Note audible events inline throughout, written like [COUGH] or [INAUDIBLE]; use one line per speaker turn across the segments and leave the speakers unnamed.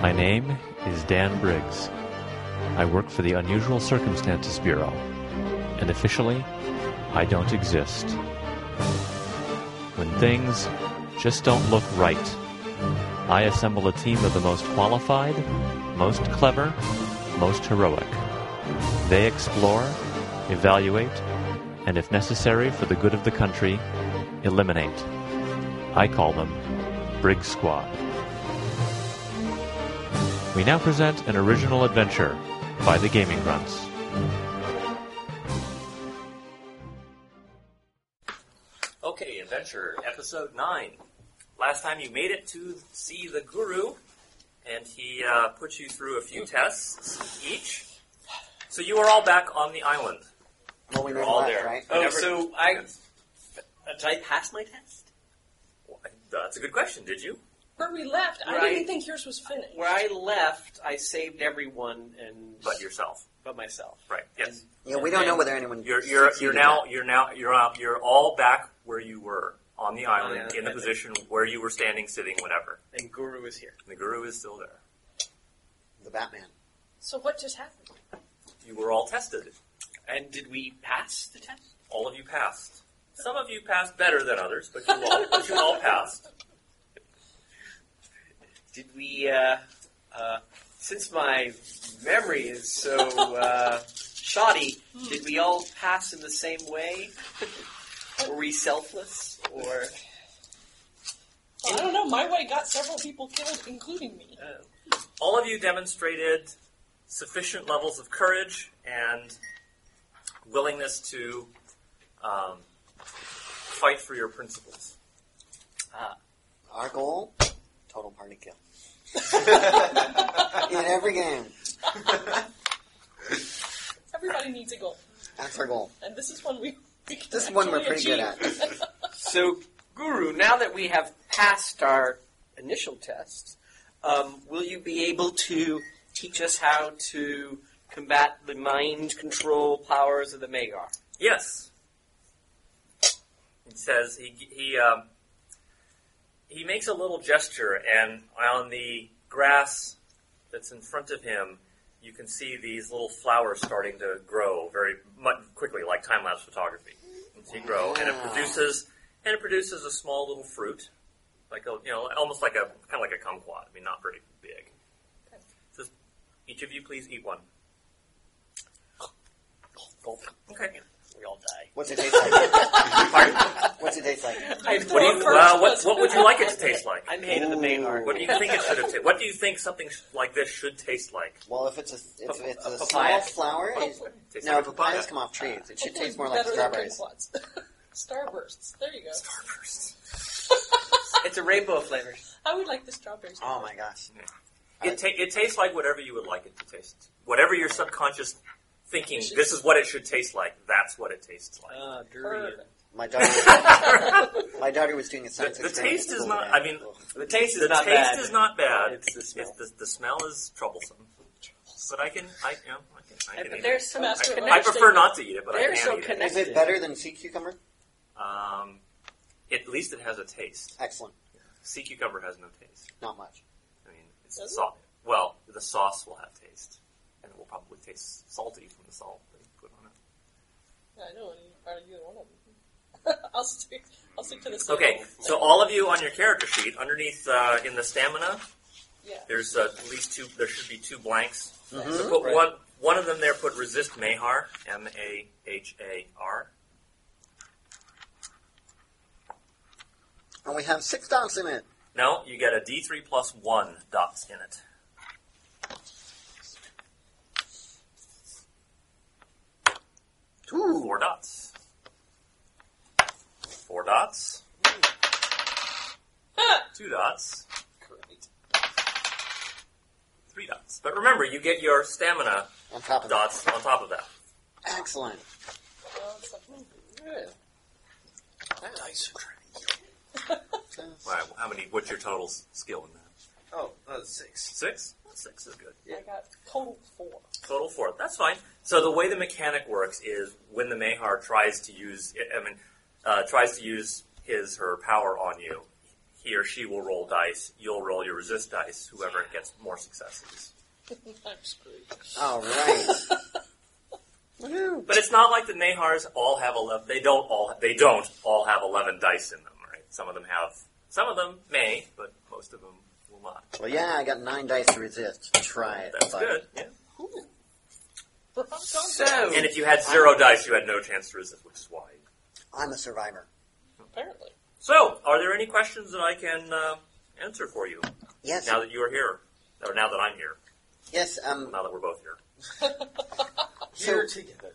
My name is Dan Briggs. I work for the Unusual Circumstances Bureau, and officially, I don't exist. When things just don't look right, I assemble a team of the most qualified, most clever, most heroic. They explore, evaluate, and if necessary for the good of the country, eliminate. I call them Briggs Squad. We now present an original adventure by the Gaming Grunts.
Okay, Adventure, Episode 9. Last time you made it to see the guru, and he uh, put you through a few tests each. So you are all back on the island.
Well, we
You're
never
all
left,
there.
right?
Oh,
Oh,
Never-
so I did I pass my test?
That's a good question, did you?
Where we left, I
Right.
didn't think yours was finished.
Where I left, I saved everyone and
But yourself.
but myself.
Right, yes.
Yeah, we don't know whether anyone.
You're, you're, you're
succeeded
now,
or
you're now, you're out, you're all back where you were on the island,
yeah.
in the position where you were standing, sitting, whenever.
And Guru is here.
The guru is still there.
not. the Batman.
So what just happened?
You were all tested.
And did we pass the test?
All of you passed. Some of you passed better than others, but you all, but you all passed.
Did we? Uh, uh, since my memory is so uh, shoddy, did we all pass in the same way? Were we selfless or?
Well, I don't know. My way got several people killed, including me.
all of you demonstrated sufficient levels of courage and willingness to um, fight for your principles.
Our goal: total party kill. [LAUGHS] In every game,
Everybody needs a goal,
that's our goal.
and this is one we. we can
This is one we're pretty
actually
good at.
achieve.
So, Guru, now that we have passed our initial test, um, will you be able to teach us how to combat the mind control powers of the Magar?
Yes, he says he he um, he makes a little gesture, and on the grass that's in front of him, you can see these little flowers starting to grow very much quickly, like time lapse photography. And they grow, and it
Wow.
produces and it produces a small little fruit, like a you know almost like a kind of like a kumquat. I mean, not very big. Just each of you, please eat one. Okay.
We all die.
What's it taste like? [LAUGHS]
Pardon?
What's it taste like?
I'm
What do you,
going first,
well, what,
let's-
what would you like
[LAUGHS]
it to taste like?
I'm head of the Magar.
What do you think it should have tasted? What do you think something sh- like this should taste like?
Well, if it's a if
Pa-
it's
a
a small
papaya. Oh,
flower, it,
Tastes
no,
like a
papayas
papaya.
come off trees. It should
Hopefully
taste more like
better than
strawberries.
[LAUGHS] Kumquats. Starbursts. There you go.
It's a rainbow of flavors.
[LAUGHS] I would like the strawberries.
Oh my gosh!
It, ta- it tastes like whatever you would like it to taste. Whatever your subconscious thinking, this is what it should taste like. That's what it tastes like.
Ah, durian.
Perfect.
[LAUGHS]
My daughter, my daughter was doing a science
The- the
experiment
taste
at
is
school
not-
today.
I mean,
Ugh.
The taste is
the
not
taste
bad.
is not bad.
It's the smell.
It's the, the smell is troublesome. But I can, I, you know, I can, I can
but
eat
they're
it.
so
Master
I,
of
I
Arts.
prefer not to eat it, but I
They're
can
so
eat
connected.
is it better than sea cucumber?
it. Um, at least it has a taste.
Excellent.
Sea cucumber has no taste.
Not much.
I mean, it's
Does it?
salt. Well, the sauce will have taste, and it will probably taste salty from the salt that you put on it.
I know, and are either one of them. [LAUGHS] I'll stick. I'll stick to the. same
Okay,
one.
so all of you on your character sheet, underneath uh, in the stamina,
Yeah.
there's uh, at least two. There should be two blanks. So
Mhm.
put
Right.
one one of them there. Put resist Mahar, M A H A R.
And we have six dots in it.
No, you get a D3 plus one dots in it.
Ooh.
Four dots. Four dots. Two dots.
Great.
Three dots. But remember, you get your stamina
On top of that.
dots on top of that.
Excellent.
Well, it's mm, something.
[LAUGHS]
All right, well, how many? What's your total s- skill in that?
Oh, uh, six.
Six. Well, six is good.
I got total four.
Total four. That's fine. So the way the mechanic works is when the Mahar tries to use, I mean, uh, tries to use his her power on you, he or she will roll dice. You'll roll your resist dice. Whoever gets more successes.
I'm screwed.
All right. Woohoo.
But it's not like the Nahars all have eleven. They don't all. They don't all have eleven dice in them, right? Some of them have. Some of them may, but most of them will not.
Well, yeah, I got nine dice to resist. Try it.
That's
bud.
good. Yeah.
Ooh. We're on
So-
And if you had zero dice, you had no chance to resist, which is why.
I'm a survivor.
apparently.
So, are there any questions that I can uh, answer for you
Yes.
now that you are here, or now that I'm here,
Yes. Um.
now that we're both here? [LAUGHS]
So,
together.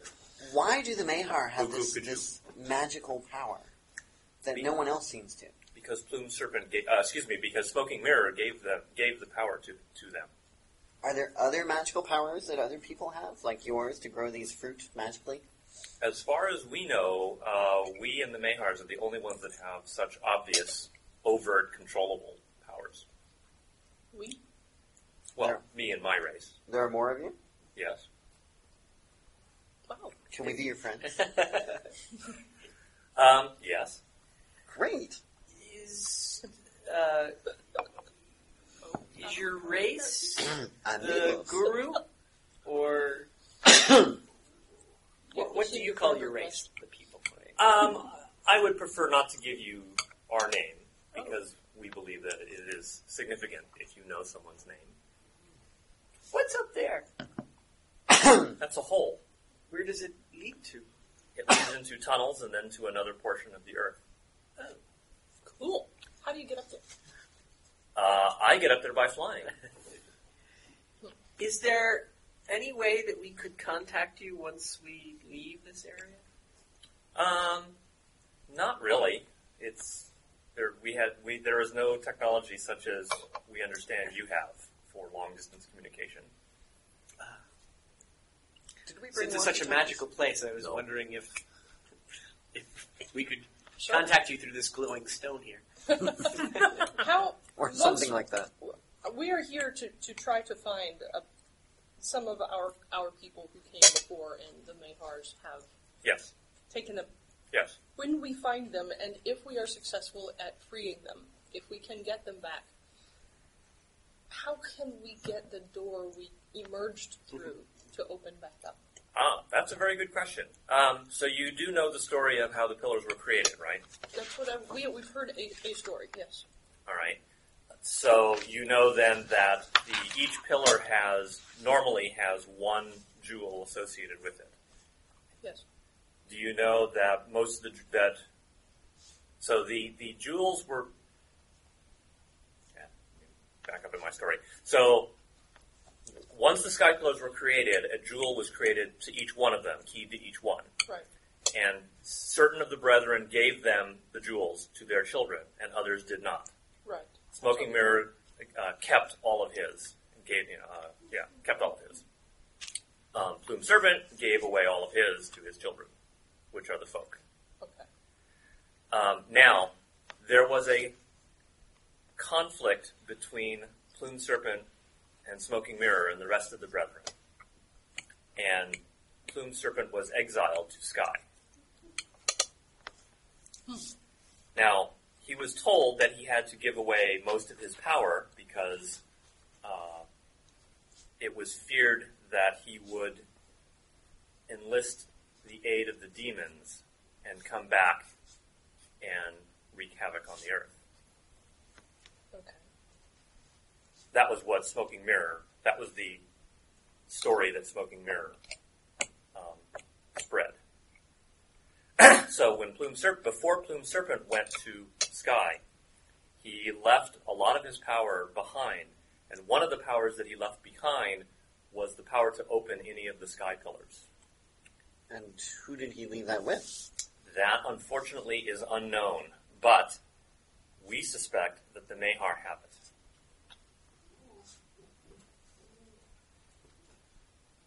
why do the Mahar have
Who- who
this,
could you?
this magical power that no one else seems to?
Because Plume Serpent, gave, uh, excuse me, because Smoking Mirror gave them gave the power to to them.
Are there other magical powers that other people have, like yours, to grow these fruit magically?
As far as we know, uh, we and the Mahars are the only ones that have such obvious, overt, controllable powers.
We?
Well,
Yeah.
me and my race,
There are more of you.
yes.
Wow.
Can we be your friend?
[LAUGHS]
um, yes.
Great.
Is, uh, is your race
Uh,
the
Amigos.
guru? Or. what, what do you call your race? The people. right?
Um, I would prefer not to give you our name because we believe that it is significant if you know someone's name.
What's up there?
That's a hole.
Where does it lead to?
It leads into tunnels and then to another portion of the earth.
Cool. How do you get up there?
Uh, I get up there by flying.
Is there any way that we could contact you once we leave this area?
Um, not really. It's there. We had we there is no technology such as we understand you have for long distance communication.
Did we
Since it's such a
walkie-talkies?
magical place, I was
No.
wondering if if we could
Sure.
contact you through this glowing stone here.
How
Or
Once-
something like that.
we are here to, to try to find uh some of our our people who came before, and the Mahars have
Yes.
taken them.
Yes.
When we find them, and if we are successful at freeing them, if we can get them back, how can we get the door we emerged through
Mm-hmm.
to open back up?
Ah, that's a very good question. Um, so you do know the story of how the pillars were created, right?
That's what I, we we've heard a, a story. Yes.
All right. So you know then that the, each pillar has normally has one jewel associated with it.
Yes.
Do you know that most of the that so the the jewels were back up in my story. So once the sky pillars were created, a jewel was created to each one of them, keyed to each one
Right.
and certain of the brethren gave them the jewels to their children, and others did not.
Right.
Smoking Mirror uh, kept all of his, and gave you know, uh, yeah, kept all of his. Um, Plume Servant gave away all of his to his children, which are the folk.
Okay.
Um, now, there was a conflict between Plume Serpent and Smoking Mirror and the rest of the Brethren. And Plume Serpent was exiled to Sky. Now, he was told that he had to give away most of his power because uh, it was feared that he would enlist the aid of the demons and come back and wreak havoc on the earth.
Okay.
That was what Smoking Mirror, that was the story that Smoking Mirror um, spread. [CLEARS THROAT] so when Plume Serp- before Plume Serpent went to Sky, he left a lot of his power behind, and one of the powers that he left behind was the power to open any of the Sky pillars.
And who did he leave that with?
That, unfortunately, is unknown, but we suspect that the Nahar have it.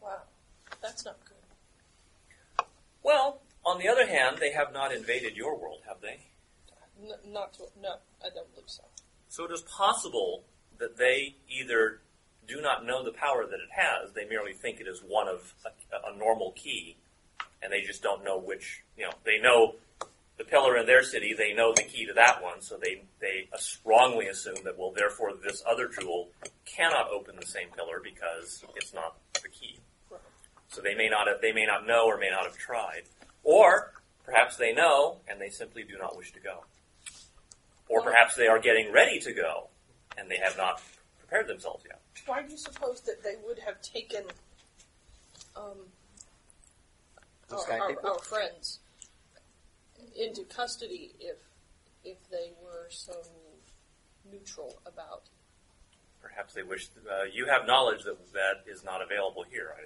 Wow. That's not good.
Well, on the other hand, they have not invaded your world, have they?
N- not to, no, I don't believe so.
So it is possible that they either do not know the power that it has, they merely think it is one of a, a normal key, and they just don't know which, you know, they know the pillar in their city, they know the key to that one, so they, they strongly assume that, well, therefore this other jewel cannot open the same pillar because it's not the key.
Right.
So they may not have, they may not know or may not have tried. Or perhaps they know and they simply do not wish to go. Or perhaps they are getting ready to go and they have not prepared themselves yet.
Why do you suppose that they would have taken um,
Those
our,
guy
our,
people?
our friends into custody if if they were so neutral about?
Perhaps they wish, uh, you have knowledge that that is not available here. I,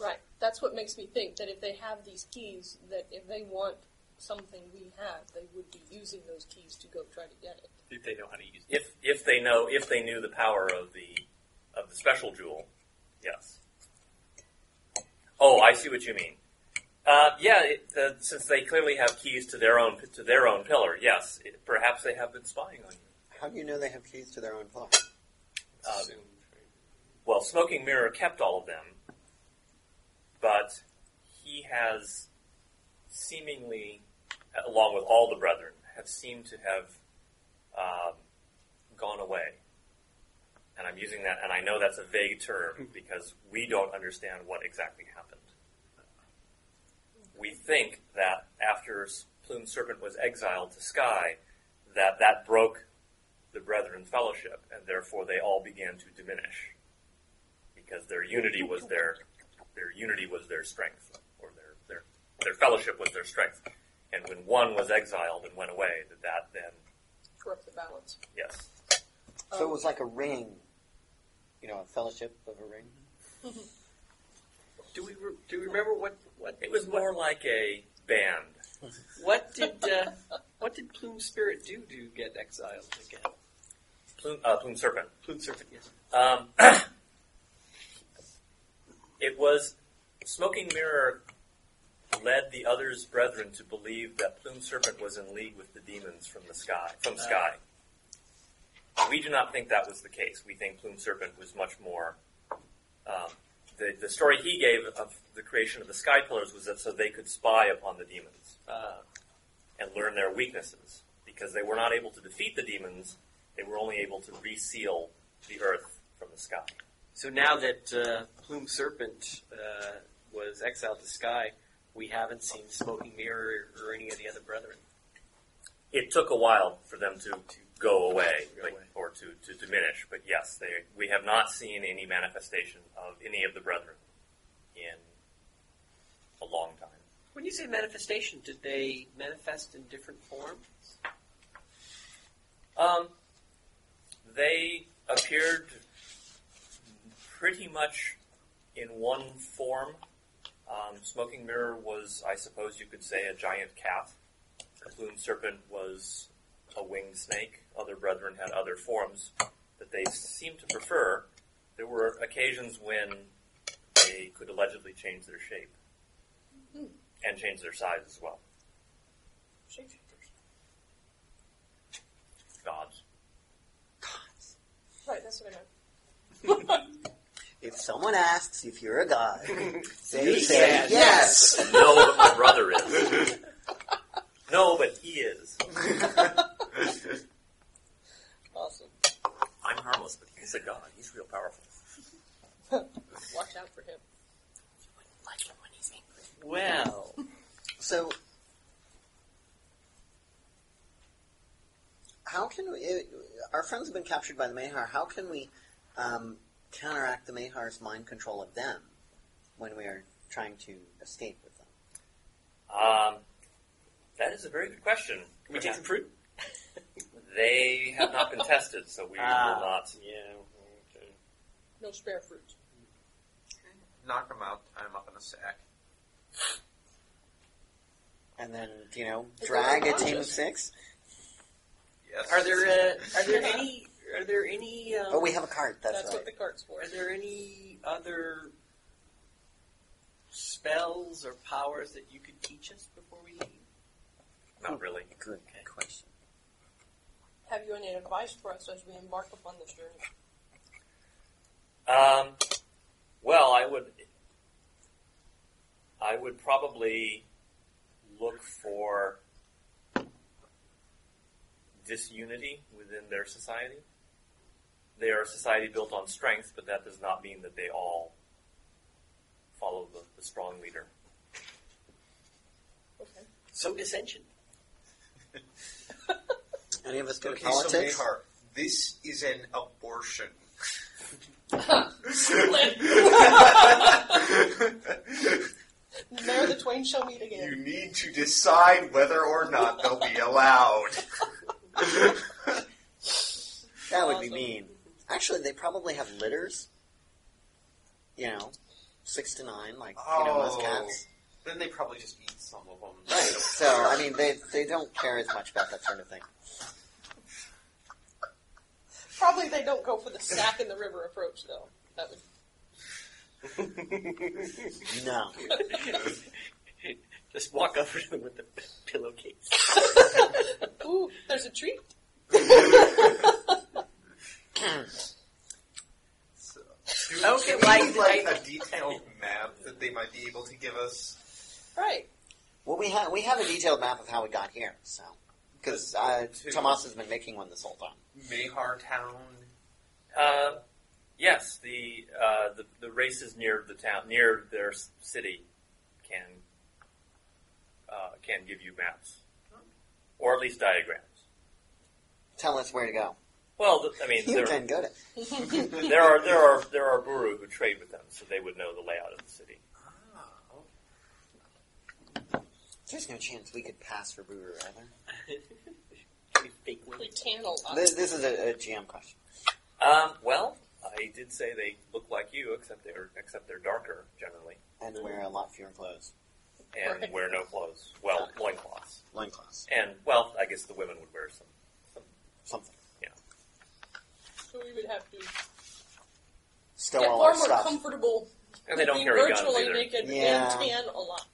Right. That's what makes me think that if they have these keys, that if they want something we have, they would be using those keys to go try to get it.
If they know how to use it.
if if they know if they knew the power of the of the special jewel, yes. Oh, I see what you mean. Uh, yeah, it, uh, since they clearly have keys to their own to their own pillar, yes, it, perhaps they have been spying on you.
How do you know they have keys to their own pillar?
Uh, well, Smoking Mirror kept all of them, but he has seemingly, along with all the brethren, have seemed to have um, gone away. And I'm using that, and I know that's a vague term because we don't understand what exactly happened. We think that after S- Plume Serpent was exiled to Sky, that that broke the brethren fellowship, and therefore they all began to diminish because their unity was their their unity was their strength, or their their their fellowship was their strength. And when one was exiled and went away, that that then
Corrupt the balance.
yes,
So it was like a ring. You know, a fellowship of a ring.
Do we re- do we remember what what
it was more like a band.
What did uh, what did Plume Spirit do to get exiled again?
Plume, uh, plume serpent.
Plume Serpent, yes.
Um, [CLEARS THROAT] it was Smoking Mirror led the others' brethren to believe that Plume Serpent was in league with the demons from the sky. From sky, we do not think that was the case. We think Plume Serpent was much more. Um, the, the story he gave of the creation of the Sky Pillars was that so they could spy upon the demons
Uh,
and learn their weaknesses because they were not able to defeat the demons. They were only able to reseal the earth from the sky.
so now that uh, Plume Serpent uh, was exiled to Sky, we haven't seen Smoking Mirror or any of the other brethren.
It took a while for them to, to go away,
Go
but-
away.
or to, to diminish, but yes, they, we have not seen any manifestation of any of the brethren in a long time.
When you say manifestation, did they manifest in different forms?
Um, they appeared pretty much in one form. Um, Smoking Mirror was, I suppose you could say, a giant cat. The plumed serpent was a winged snake. Other brethren had other forms that they seemed to prefer. There were occasions when they could allegedly change their shape and change their size as well.
Shapeshifters.
Gods.
Right, that's what I meant.
If someone asks if you're a [LAUGHS] god, they say
You said
yes.
No, but my brother is. [LAUGHS] No, but he is.
Awesome.
I'm harmless, but he's a god. He's real powerful.
Watch out for him.
Well,
So, how can we? It, our friends have been captured by the Mahar. How can we um, counteract the Mahar's mind control of them when we are trying to escape with them?
Um, that is a very good question.
can we take some fruit?
They have not been tested, so we
[LAUGHS] Ah.
will not.
Yeah. Okay.
No spare fruit.
Knock them out, tie them up in a sack.
And then, you know,
They go
drag a team of
unconscious.
six.
Yes.
Are there uh, are there any are there any um,
Oh, we have a cart. That's,
That's,
right.
what the cart's for.
Are there any other spells or powers that you could teach us before we leave?
Not really.
Good question.
Have you any advice for us as we embark upon this journey?
Um, well, I would. I would probably look for disunity within their society. They are a society built on strength, but that does not mean that they all follow the, the strong leader.
Okay.
So dissension.
Any of us good
Okay,
at
so
politics?
Mehar, this is an
[LAUGHS]
abortion.
[LAUGHS] There the twain shall meet
You
again.
need to decide whether or not they'll be allowed.
that would be
Awesome.
mean. Actually, they probably have litters. You know, six to nine, like you know most
Oh.
cats.
then they probably just eat some of them.
Right. So I mean, they they don't care as much about that sort of thing.
Probably they don't go for the sack in the river approach though. That would
No.
Just walk over to them with the pillowcase.
[LAUGHS] Ooh, there's a [LAUGHS] treat.
So,
Okay,
do, okay, do we
like-
need, like,
like-
a detailed map that they might be able to give us?
Right.
Well, we have we have a detailed map of how we got here. So because uh, Tomas has been making one this whole time.
Mehar Town.
Uh, yes, the, uh, the the races near the town, near their s- city, can uh, can give you maps, or at least diagrams.
Tell us where to go.
Well, th- I mean,
You
there,
can go to.
there are there are there are guru who trade with them, so they would know the layout of the city.
There's no chance we could pass for Buru, are there?
Fake one.
We tan a
Uh,
lot.
This, this is a, a GM question.
Um, well, I did say they look like you, except they're except they're darker generally,
And wear a lot fewer clothes.
and
Right.
wear no clothes. Well, loincloths,
Loincloths.
and well, I guess the women would wear some.
Something.
So we would have to
Stow
get
all
far
our
more
stuff.
comfortable.
And they
be
don't carry guns
virtually
either.
naked
Yeah.
and tan a lot.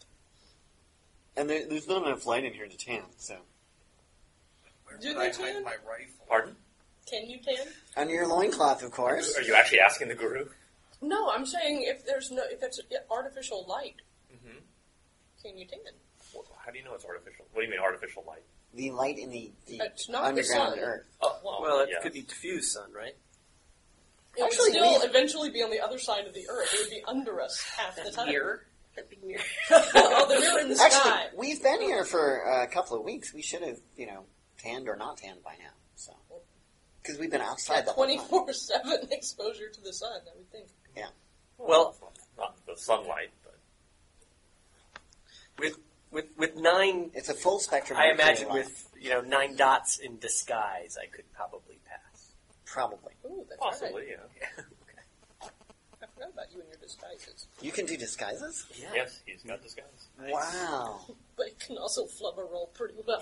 and there, there's not enough light in here to tan, so.
Where
Do
would
they
I hide
tan?
my rifle?
Pardon?
Can you tan?
Under your loincloth, of course.
Are you actually asking the guru?
No, I'm saying if there's no if it's artificial light,
Mm-hmm.
can you tan?
Well, How do you know it's artificial? What do you mean artificial light?
The light in the, the
It's not the
underground
sun.
earth.
Oh,
Well, it
yeah.
could be diffused sun, right?
It would
Actually,
still
we-
eventually be on the other side of the earth. It would be under us half the time. [LAUGHS]
Mirror. That big mirror.
oh, the mirror in the
Actually,
sky.
we've been here for uh, a couple of weeks. We should have, you know, tanned or not tanned by now, so. Because we've been outside the whole time.
Twenty-four seven [LAUGHS] exposure to the sun. I would think.
Well,
not the sunlight, but
with with with nine,
It's a full spectrum.
I
of
imagine
light.
with you know nine dots in disguise, I could probably pass.
Probably.
Ooh, that's
possibly,
right.
yeah.
I forgot about you and your disguises.
You can do disguises?
Yes, he's got disguise.
Wow.
But it can also flub a roll pretty
[LAUGHS]
well.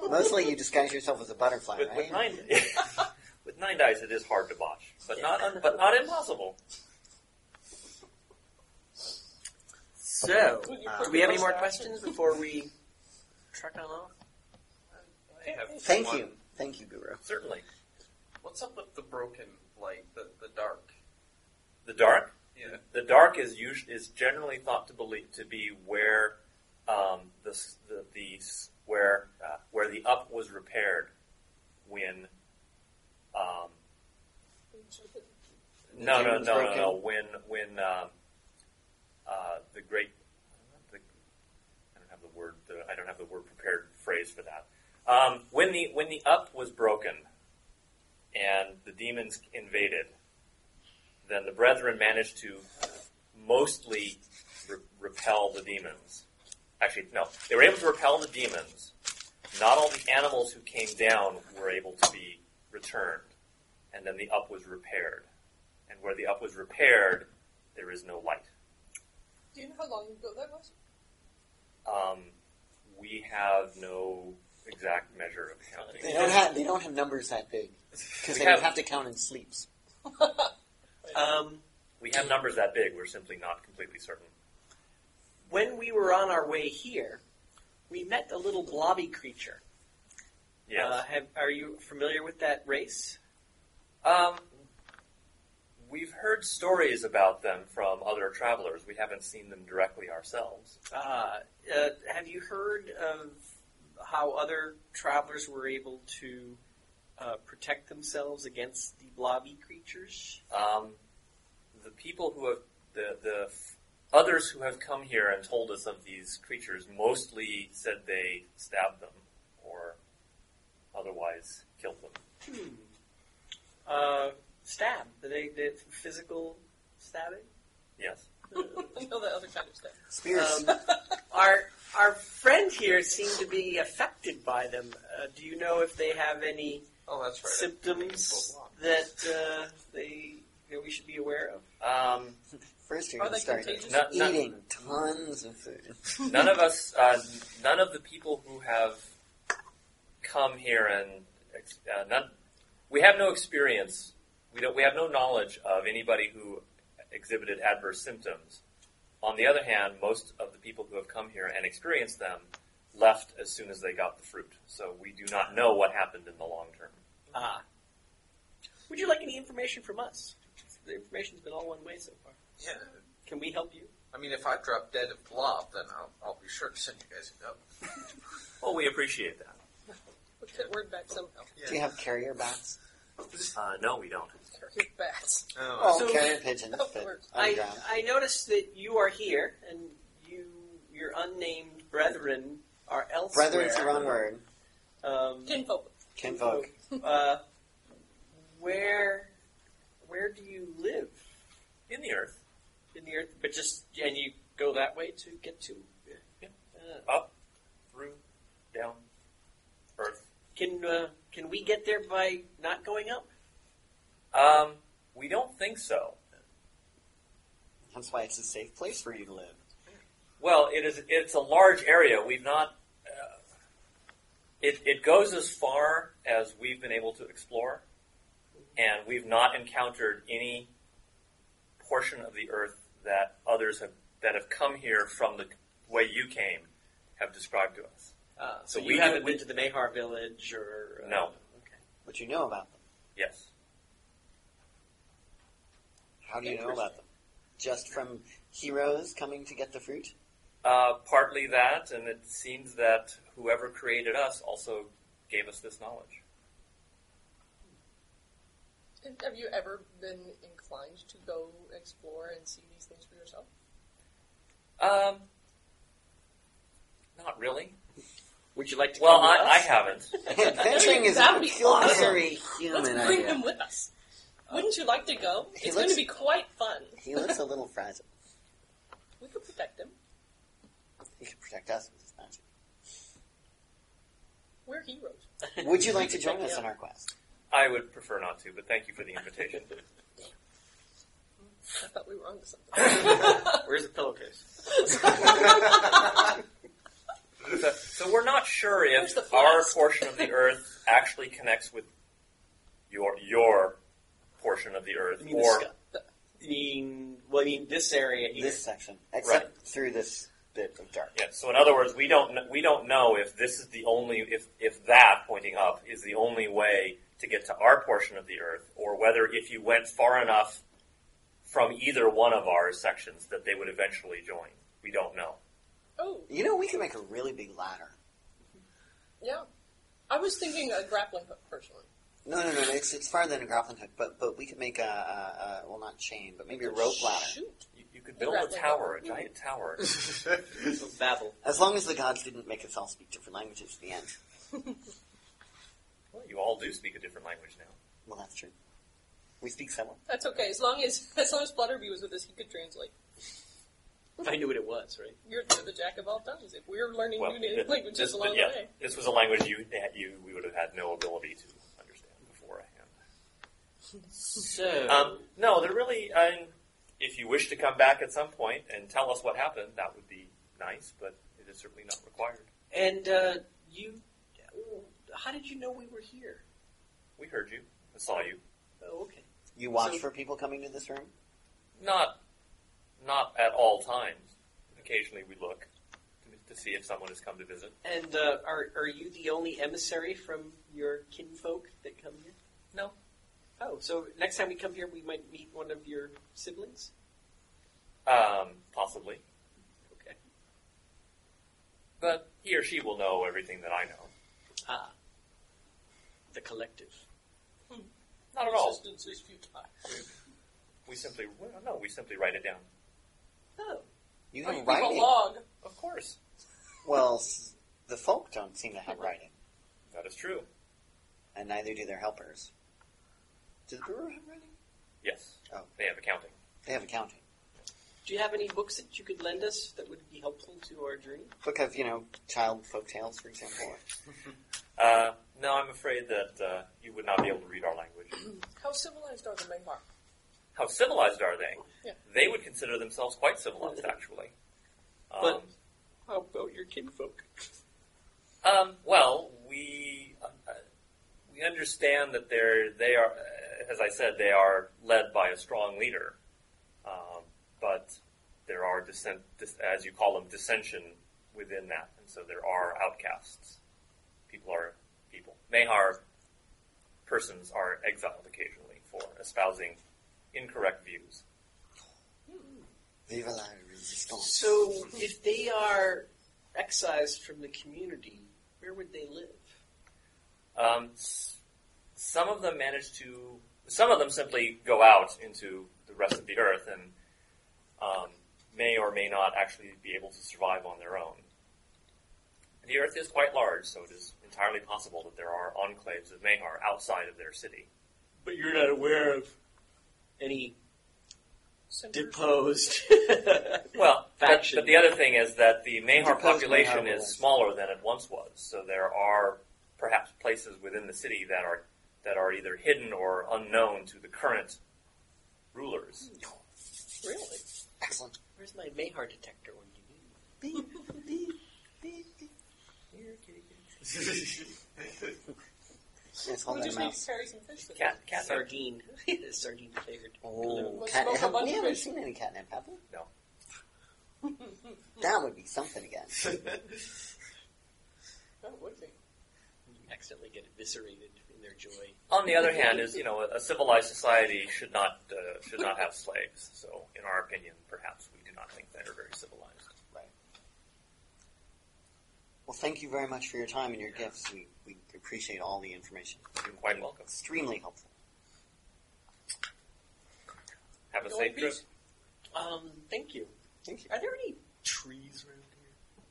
[LAUGHS]
Mostly you disguise yourself as a butterfly,
With,
right?
with nine,
[LAUGHS]
with nine dice, it is hard to botch, but not un, but not impossible.
So,
Would you
Uh,
put
do we have any more
mustache?
questions before we truck on off?
I have
Thank
one.
you. Thank you, Guru.
Certainly,
What's up with the broken light, the, the dark?
the dark.
Yeah.
The dark is usually is generally thought to believe to be where um, the, s- the the s- where uh, where the up was repaired when. Um, no, no, no,
Diamonds
no,
broken.
no. When when um, uh, the great, the, I don't have the word. The, I don't have the word prepared phrase for that. Um, when the when the up was broken, and the demons invaded, then the brethren managed to mostly re- repel the demons. Actually, no, they were able to repel the demons. Not all the animals who came down were able to be returned, and then the up was repaired and where the up was repaired, there is no light.
Do you know how long ago that was?
Um, we have no exact measure of
They
counting.
don't have they don't have numbers that big because
We
they would
have-
have to count in sleeps.
Um,
We have numbers that big. We're simply not completely certain.
when we were on our way here, we met a little blobby creature. Uh,
Yes.
have, are you familiar with that race?
um, we've heard stories about them from other travelers. We haven't seen them directly ourselves.
Uh, uh, have you heard of how other travelers were able to uh, protect themselves against the blobby creatures?
Um, the people who have the the f- others who have come here and told us of these creatures mostly said they stabbed them or otherwise killed them.
Uh, stab. They, they physical stabbing.
Yes.
Until the other kind of stuff.
Spears.
Um, [LAUGHS] our our friend here seemed to be affected by them. Uh, do you know if they have any
Oh, that's right.
symptoms that uh, they that we should be aware of?
Um,
First, you're
Are
going to
they
start
contagious?
No.
eating tons of food.
none of us, uh, none of the people who have come here and ex- uh, none, we have no experience. We don't. We have no knowledge of anybody who exhibited adverse symptoms. On the other hand, most of the people who have come here and experienced them left as soon as they [LAUGHS] got the fruit. So we do not know what happened in the long term.
Uh-huh.
Ah. Would you like any information from us? The information's been all one way so far.
Yeah.
Can we help you?
I mean, if I drop dead of blob, then I'll, I'll be sure to send you guys a note.
[LAUGHS] Well, we appreciate
[LAUGHS]
that.
Let's get word back somehow.
Do you have carrier bats?
Uh, no, we don't.
Carry bats.
Oh,
Oh,
So-
carrier pigeons. But
I,
underground.
I noticed that you are here, and you your unnamed brethren are elsewhere.
Brethren's the wrong word.
Um,
Kinfolk.
Kinfolk.
uh, where where do you live
In the earth,
in the earth? But just and you go that way to get to. Uh,
up, through, down, earth.
can uh, can we get there by not going up?
Um, we don't think so.
That's why it's a safe place for you to live.
Well, it is. It's a large area. We've not. Uh, it it goes as far as we've been able to explore, and we've not encountered any portion of the Earth that others have that have come here from the way you came have described to us.
Uh, so,
So
you
we-
haven't
we-
been to the Mahar village or uh,
No.
Okay.
What you know about them?
Yes.
How do you know about them? Just from heroes coming to get the fruit? [LAUGHS]
Uh, partly that, and it seems that whoever created us also gave us this knowledge.
And Have you ever been inclined to go explore and see these things for yourself?
Um, not really.
Would you like to?
Well,
come with
I, I
us?
haven't.
Adventuring is
That
a
would be
peculiarly
Let's
human
bring
idea.
him with us. Wouldn't you like to go?
He looks-
It's going to be quite fun.
He looks a little fragile.
[LAUGHS] We could protect him.
He can protect us with his magic.
We're heroes.
Would you like to join us on our quest?
I would prefer not to, but thank you for the invitation.
I thought we were
[LAUGHS]
onto something.
Where's the pillowcase?
so, so we're not sure
Where's
if
the
our
flask?
portion of the Earth actually connects with your your portion of the Earth,
I mean,
or
the sky- I mean, well, I mean this area here. [LAUGHS]
This section. Except through this bit of dark.
yeah. So in other words, we don't kn- we don't know if this is the only if if that pointing up is the only way to get to our portion of the Earth, or whether if you went far enough from either one of our sections that they would eventually join. We don't know.
oh,
You know, we could make a really big ladder.
yeah. I was thinking a grappling hook personally.
No, no, no. It's it's farther than a grappling hook, but but we could make a, a, a well, not chain, but maybe a rope ladder.
Shoot.
You, you could build a
Exactly.
tower, a giant [LAUGHS] tower.
[LAUGHS] Babel.
[LAUGHS] As long as the gods didn't make us all speak different languages at the end.
Well, you all do speak a different language now.
Well, that's true. We speak several.
That's okay. As long as [LAUGHS] as long as Flutterby was with us, he could translate.
I knew what it was, right?
You're the jack of all tongues. If we're learning
Well,
new native
[LAUGHS] th-
languages
this,
along
but yeah,
the way,
this was a language you that you we would have had no ability to understand beforehand.
So,
Um, no, they're really. I mean, if you wish to come back at some point and tell us what happened, that would be nice, but it is certainly not required.
and uh, you, how did you know we were here?
We heard you, and saw you.
Oh, okay.
You watch
So-
for people coming to this room.
Not, not at all times. Occasionally, we look to, to see if someone has come to visit.
And uh, are are you the only emissary from your kinfolk that come here?
No.
Oh, so next time we come here, we might meet one of your siblings.
Um, possibly.
Okay. but
He or she will know everything that I know.
ah, the collective.
Not at all.
Resistance is futile.
We simply well, no. We simply write it down.
Oh,
You
oh, you
have
keep a
writing.
log.
Of course,
Well, s- the folk don't seem to have writing,
that is true.
and neither do their helpers. Do the brewer have writing?
Yes.
Oh.
They have accounting.
They have accounting.
Do you have any books that you could lend us that would be helpful to our journey?
Book of, you know, child folk tales, for example.
Uh, no, I'm afraid that uh, you would not be able to read our language.
How civilized are the Mehar?
How civilized are they?
Yeah.
They would consider themselves quite civilized, actually. Um,
But- How about your kinfolk?
Um, well, we uh, uh, we understand that they're they are, uh, as I said, they are led by a strong leader, um, but there are dissent, dis, as you call them, dissension within that, and so there are outcasts. People are people. Mehar persons are exiled occasionally for espousing incorrect views.
Viva la resistance.
So, if they are excised from the community, where would they live?
Um, s- some of them manage to. Some of them simply go out into the rest of the earth and um, may or may not actually be able to survive on their own. The earth is quite large, so it is entirely possible that there are enclaves of Mehar outside of their city.
But you're not aware of any
Centers?
deposed.
Well, but,
faction.
but the other thing is that the Mehar
Because
population
Mehar
is
was-
smaller than it once was, so there are perhaps places within the city that are that are either hidden or unknown to the current rulers.
really?
Excellent.
Where's my Mayhar detector when you need it?
Beep, beep, beep, beep.
[LAUGHS]
It's
We
holding
just
my
need to
mouse.
carry some fish with
Cat,
us.
catnip.
Sardine. [LAUGHS] Sardine flavored.
Oh,
Let's
catnip.
smoke a
Have-
bunch
We
of
haven't
fish.
seen any catnip, have we?
No.
That would be something again.
That would be.
[LAUGHS] Accidentally get eviscerated in their joy.
On the other hand, is you know a civilized society should not uh, should not have slaves. So, in our opinion, perhaps we do not think they are very civilized.
Well, thank you very much for your time and your gifts. We, we appreciate all the information.
You're quite welcome.
Extremely helpful.
Have a
Go in
safe trip.
peace.
Um, thank you.
Thank you.
Are there any trees around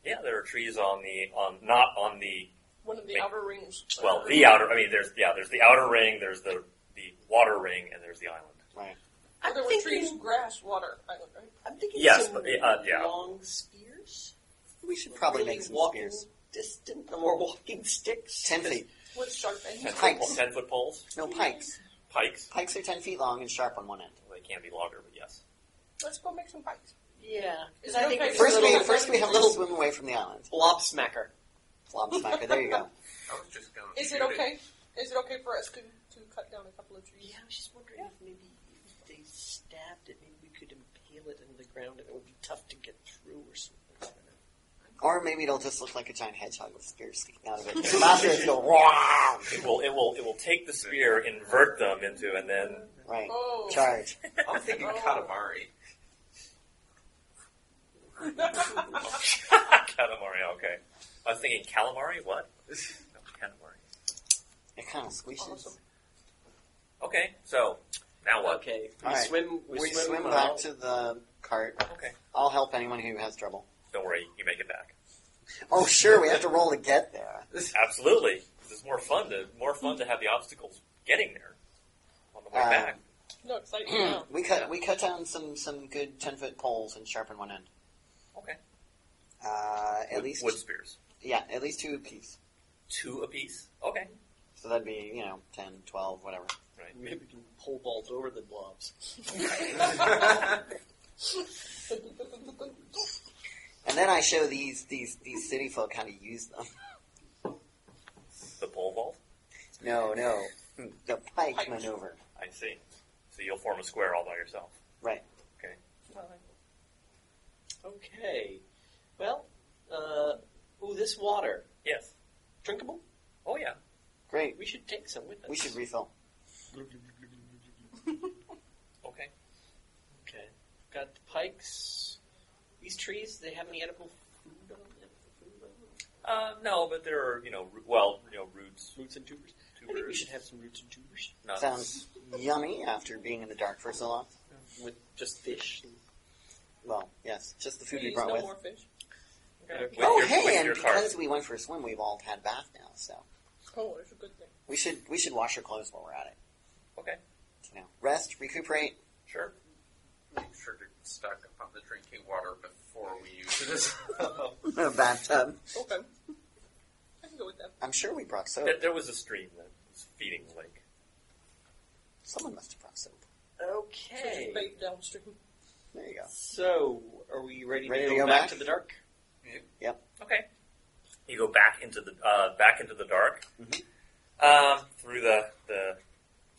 here?
Yeah, there are trees on the on not on the
One of the
Wait.
outer rings.
well the outer. I mean, there's yeah, there's the outer ring, there's the the water ring, and there's the island.
Right.
Well, there were
I'm
trees,
thinking-
grass, water. Island, right?
I'm thinking
Yes,
some
but, uh, yeah.
long spears.
We should probably
Really
make some
walking
spears.
Distant or walking sticks.
Ten feet.
With sharp ends.
Ten foot,
Pikes.
ten foot poles,
No, pikes.
pikes.
Pikes are ten feet long and sharp on one end.
Well, they can be longer, but yes.
Let's go make some pikes.
Yeah,
Is
because I
it
think
okay
it's
for
a
First we,
little
little-
first we have Little Swim away from the island.
blob smacker.
Blob smacker, there you
[LAUGHS]
go.
I was just
Um,
going to
Is it okay? Is it okay for us to, to cut down a couple of trees? [LAUGHS]
Yeah, I was just wondering if maybe if they stabbed it, maybe we could impale it into the ground, and it would be tough to get through or something. I don't know.
Or maybe it'll just look like a giant hedgehog with spears sticking out of
[LAUGHS]
it. The monsters go, wow!
It will it will it will take the spear, invert them into, and then [LAUGHS]
Right.
Oh.
Charge.
I'm thinking
Oh.
Katamari.
calamari. Okay, I was thinking calamari. What? [LAUGHS] No, calamari.
It kind of squishes.
Awesome.
Okay, so now what?
Okay, we
All right.
swim. We,
We
swim,
swim
out.
back to the cart.
Okay.
I'll help anyone who has trouble.
Don't worry, you make it back.
Oh, sure, we have to roll to get there.
Absolutely, it's more fun to more fun to have the obstacles getting there on the way
Uh,
back.
No, exciting
[LAUGHS]
now.
We cut we cut down some, some good 10 foot poles and sharpen one end.
Okay,
Uh, at
wood,
least
wood spears,
yeah, at least two apiece.
two apiece. Okay,
So that'd be, you know, 10, 12, whatever.
Maybe we can pole vault over the blobs.
And then I show these these these city folk how to use them.
the pole vault.
No, no. [LAUGHS] The pike,
Pike.
maneuver.
I see. So you'll form a square all by yourself.
Right.
Okay.
Okay. Well, uh, ooh, this water
Yes.
drinkable.
Oh yeah.
Great.
We should take some with us.
We
[LAUGHS]
should refill.
Okay.
Okay. Got the pikes. These trees, they have any edible food on them? Food on them?
Uh, no, but there are you know ru- well you know roots.
Roots and tubers. I think we
Tubers,
should have some roots and tubers
nuts.
Sounds yummy after being in the dark for so long.
with just fish.
Well, yes, just the food we
Please,
brought
no
with.
more fish.
Okay. With
oh,
your-
hey,
with
and
your card.
because we went for a swim, we've all had a bath now, so
Oh, it's a good thing.
we should we should wash our clothes while we're at it.
Okay,
You know, rest, recuperate. [LAUGHS]
sure.
Make sure to stock up on the drinking water before we use it as well.
A bathtub.
Okay. I can go with that.
I'm sure we brought soap.
There, there was a stream that was feeding the lake.
Someone must have brought soap.
So just
Okay.
bathe downstream.
There you go.
So, are we ready,
Ready
to, go back to the dark?
Okay. You go back into the uh, back into the dark,
Mhm.
um, through the the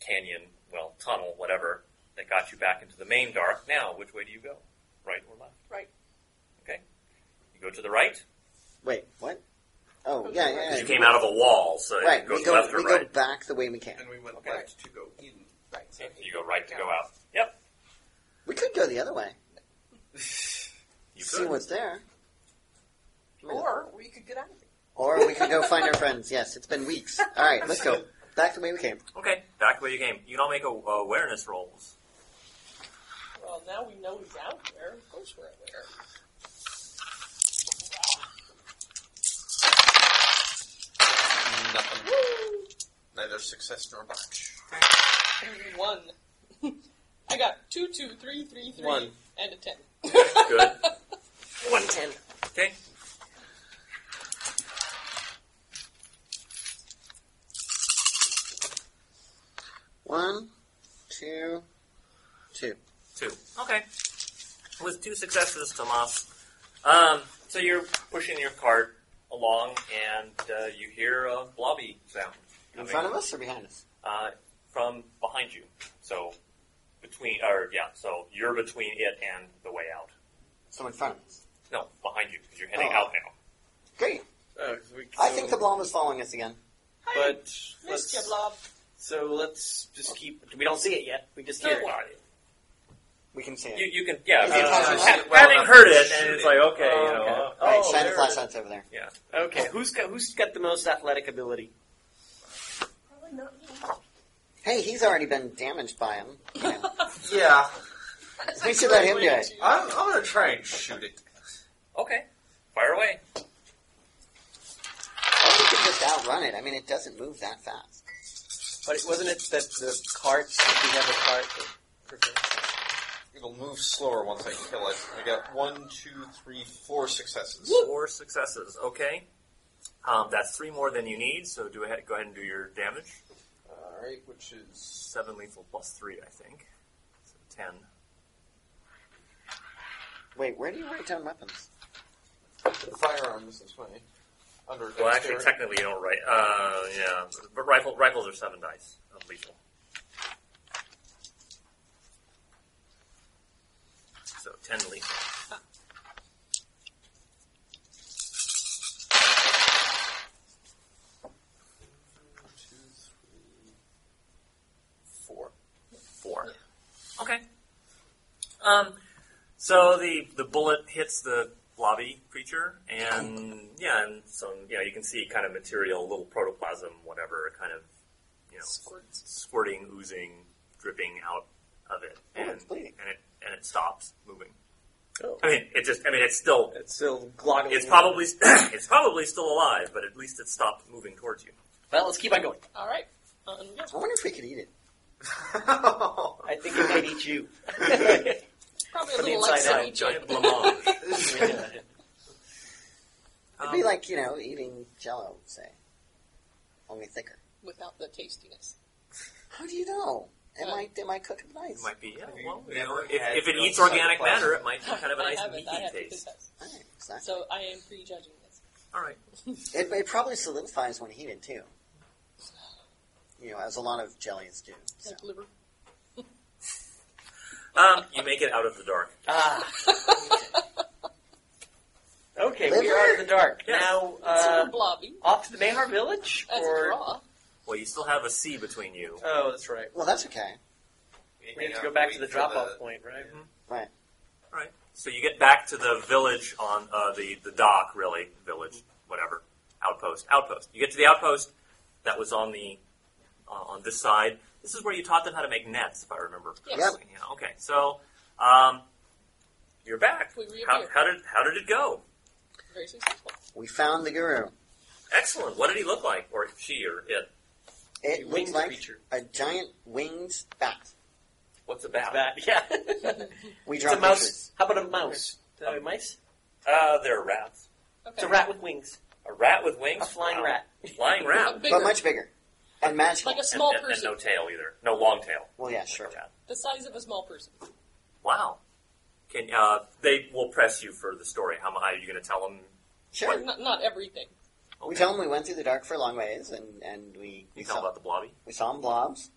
canyon, well tunnel, whatever that got you back into the main dark. Now, which way do you go? Right or left?
Right.
Okay. You go to the right.
Wait, what? Oh, yeah, yeah, yeah.
You came out of a wall, so
right,
you go
we go
left or
we
right.
go back the way we can.
And we went
Okay.
left to go in. Right.
So you go right to go out. Yep.
We could go the other way.
You
see
could.
what's there.
Or we could get out of here.
Or we
[LAUGHS]
could go find our friends. Yes, it's been weeks. All right, let's go back the way we came.
Okay. Back the way you came. You can all make a, awareness rolls.
[LAUGHS]
Well, now we know he's out there. Of course we're aware.
Nothing. Neither success nor botch.
[LAUGHS] One. I got two, two, three, three, three,
One.
and a ten.
Good.
One ten.
Okay.
One, two, two.
Two. Okay. With two successes, Tomas. Um, so you're pushing your cart along, and uh, you hear a blobby sound
In
coming,
front of us or behind us?
uh, from behind you. So between, or yeah, so you're between it and the way out.
So in front of us.
No, behind you because you're heading
Oh.
out now.
Great.
Uh, we,
I
so-
think the blob is following us again.
But
Missed ya,
let's,
Blob.
so let's just keep. We don't see it yet. We just
No,
hear
well,
We can see it.
you, you can, yeah.
Is
I mean,
it possible?
ha-
Well,
having
enough
heard
to
it,
shoot
and it's
it.
like okay,
Oh,
you know.
okay.
uh,
All right,
oh,
shine the
there it
flashlights over there.
is. Yeah.
it. Okay, who's got who's got the most athletic ability?
Probably not me.
Hey, he's already been damaged by him. You know.
Yeah.
We should let him do it.
I'm, I'm going to try and shoot it.
Okay. Fire away.
Or we could just outrun it. I mean, it doesn't move that fast.
But it, wasn't it that the cart? If we have a cart. that prevents-
It'll move slower once I kill it. I got one, two, three, four successes.
Four successes. Okay. Um, that's three more than you need, so do ahead, go ahead and do your damage.
Alright, which is.
Seven lethal plus three, I think. So ten.
Wait, where do you write down weapons?
Firearms this way. Under
Well, actually,
dexterity.
technically, you don't write. Uh, yeah, but rifle rifles are seven dice of lethal. So ten lethal.
two, three, four.
Four. Okay. Um, so the the bullet hits the lobby creature, and yeah, and some you know you can see kind of material, little protoplasm, whatever, kind of you know
Squirts.
squirting, oozing, dripping out of it,
Oh,
and
it's bleeding.
and it and it stops moving.
Oh.
I mean, it just I mean it's still
It's still glottally.
it's probably [CLEARS THROAT] it's probably still alive, but at least it stopped moving towards you.
well. Let's keep on going.
All right. Uh, On we go.
I wonder if we could
[LAUGHS]
eat it.
I think it might eat you.
Probably a
From the
little like
inside out,
Sunny Jane.
Giant [LAUGHS]
[LAUGHS]
blancmange.
It'd
Um,
be like, you know, eating jello, say. Only thicker.
without the tastiness.
How do you know? It
Yeah.
might, it might cook it nice.
It might be, yeah.
Have you
Well, you
never
know, if,
had
if it
your own
eats organic
sacrifice?
matter, it might be kind of
[LAUGHS]
a
I
nice
haven't. I
meaty
have to
taste.
confess.
All right, exactly.
So I am prejudging this.
All right.
It, it probably solidifies when heated, too. You know, as a lot of jellies do. So.
Like liver.
Um, you make it out of the dark.
[LAUGHS]
Ah. okay, we
Liver?
are in the dark
Yes.
now.
It's a
Uh,
little blobby.
off to the Mayhar village,
As a
or
draw.
Well, you still have a C between you.
oh, that's right.
Well, that's okay.
We have to go back to the drop-off point,
[LAUGHS]
right?
Right.
All right. So you get back to the village on uh, the the dock, really village, whatever. outpost, outpost. You get to the outpost that was on the uh, on this side. This is where you taught them how to make nets, if I remember
Yes.
correctly. Yeah, okay, so um, you're back.
We reappear.
How, how did how did it go?
Very successful.
We found the guru.
Excellent. What did he look like, or she, or it?
A
It
winged
looks like
creature.
a giant winged bat.
What's a
It's
bat?
bad. Yeah.
We
it's
draw
a mouse.
pictures.
How about a mouse? Did I have a mice?
[LAUGHS] Uh, they're rats.
Okay.
It's a rat with wings.
A rat with wings.
A flying
Wow.
rat.
Flying
A [LAUGHS]
rat.
bigger,
but much bigger and magical.
like a
And,
small
and- and
person,
no tail either. No long tail.
well, yeah, sure.
the size of a small person.
Wow. Can uh, they will press you for the story? How mu- are you going to tell them?
Sure.
Not, not everything.
We tell them we went through the dark for a long ways, and and we we
You tell
saw,
about the blobby.
we saw 'em blobs.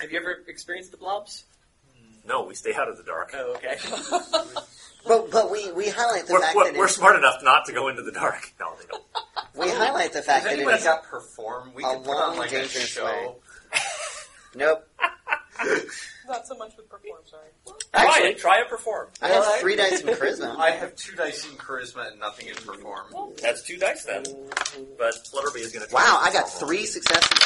Have you ever experienced the blobs?
No, we stay out of the dark.
Oh, [LAUGHS] okay.
But but we, we highlight the
We're,
fact
we're,
that
we're
it,
smart enough not to go into the dark. No, they
[LAUGHS]
don't.
we highlight the fact
Has
that it
anybody
is
got perform? We
a
could put on
long,
like a
dangerous
show.
way. nope.
Not so much with perform, sorry.
try it. Try it. Perform.
I
Well,
have
I-
three dice in charisma.
I have two dice in charisma and nothing in perform.
That's two dice then. But Flutterby is going to.
Wow, I got three successes.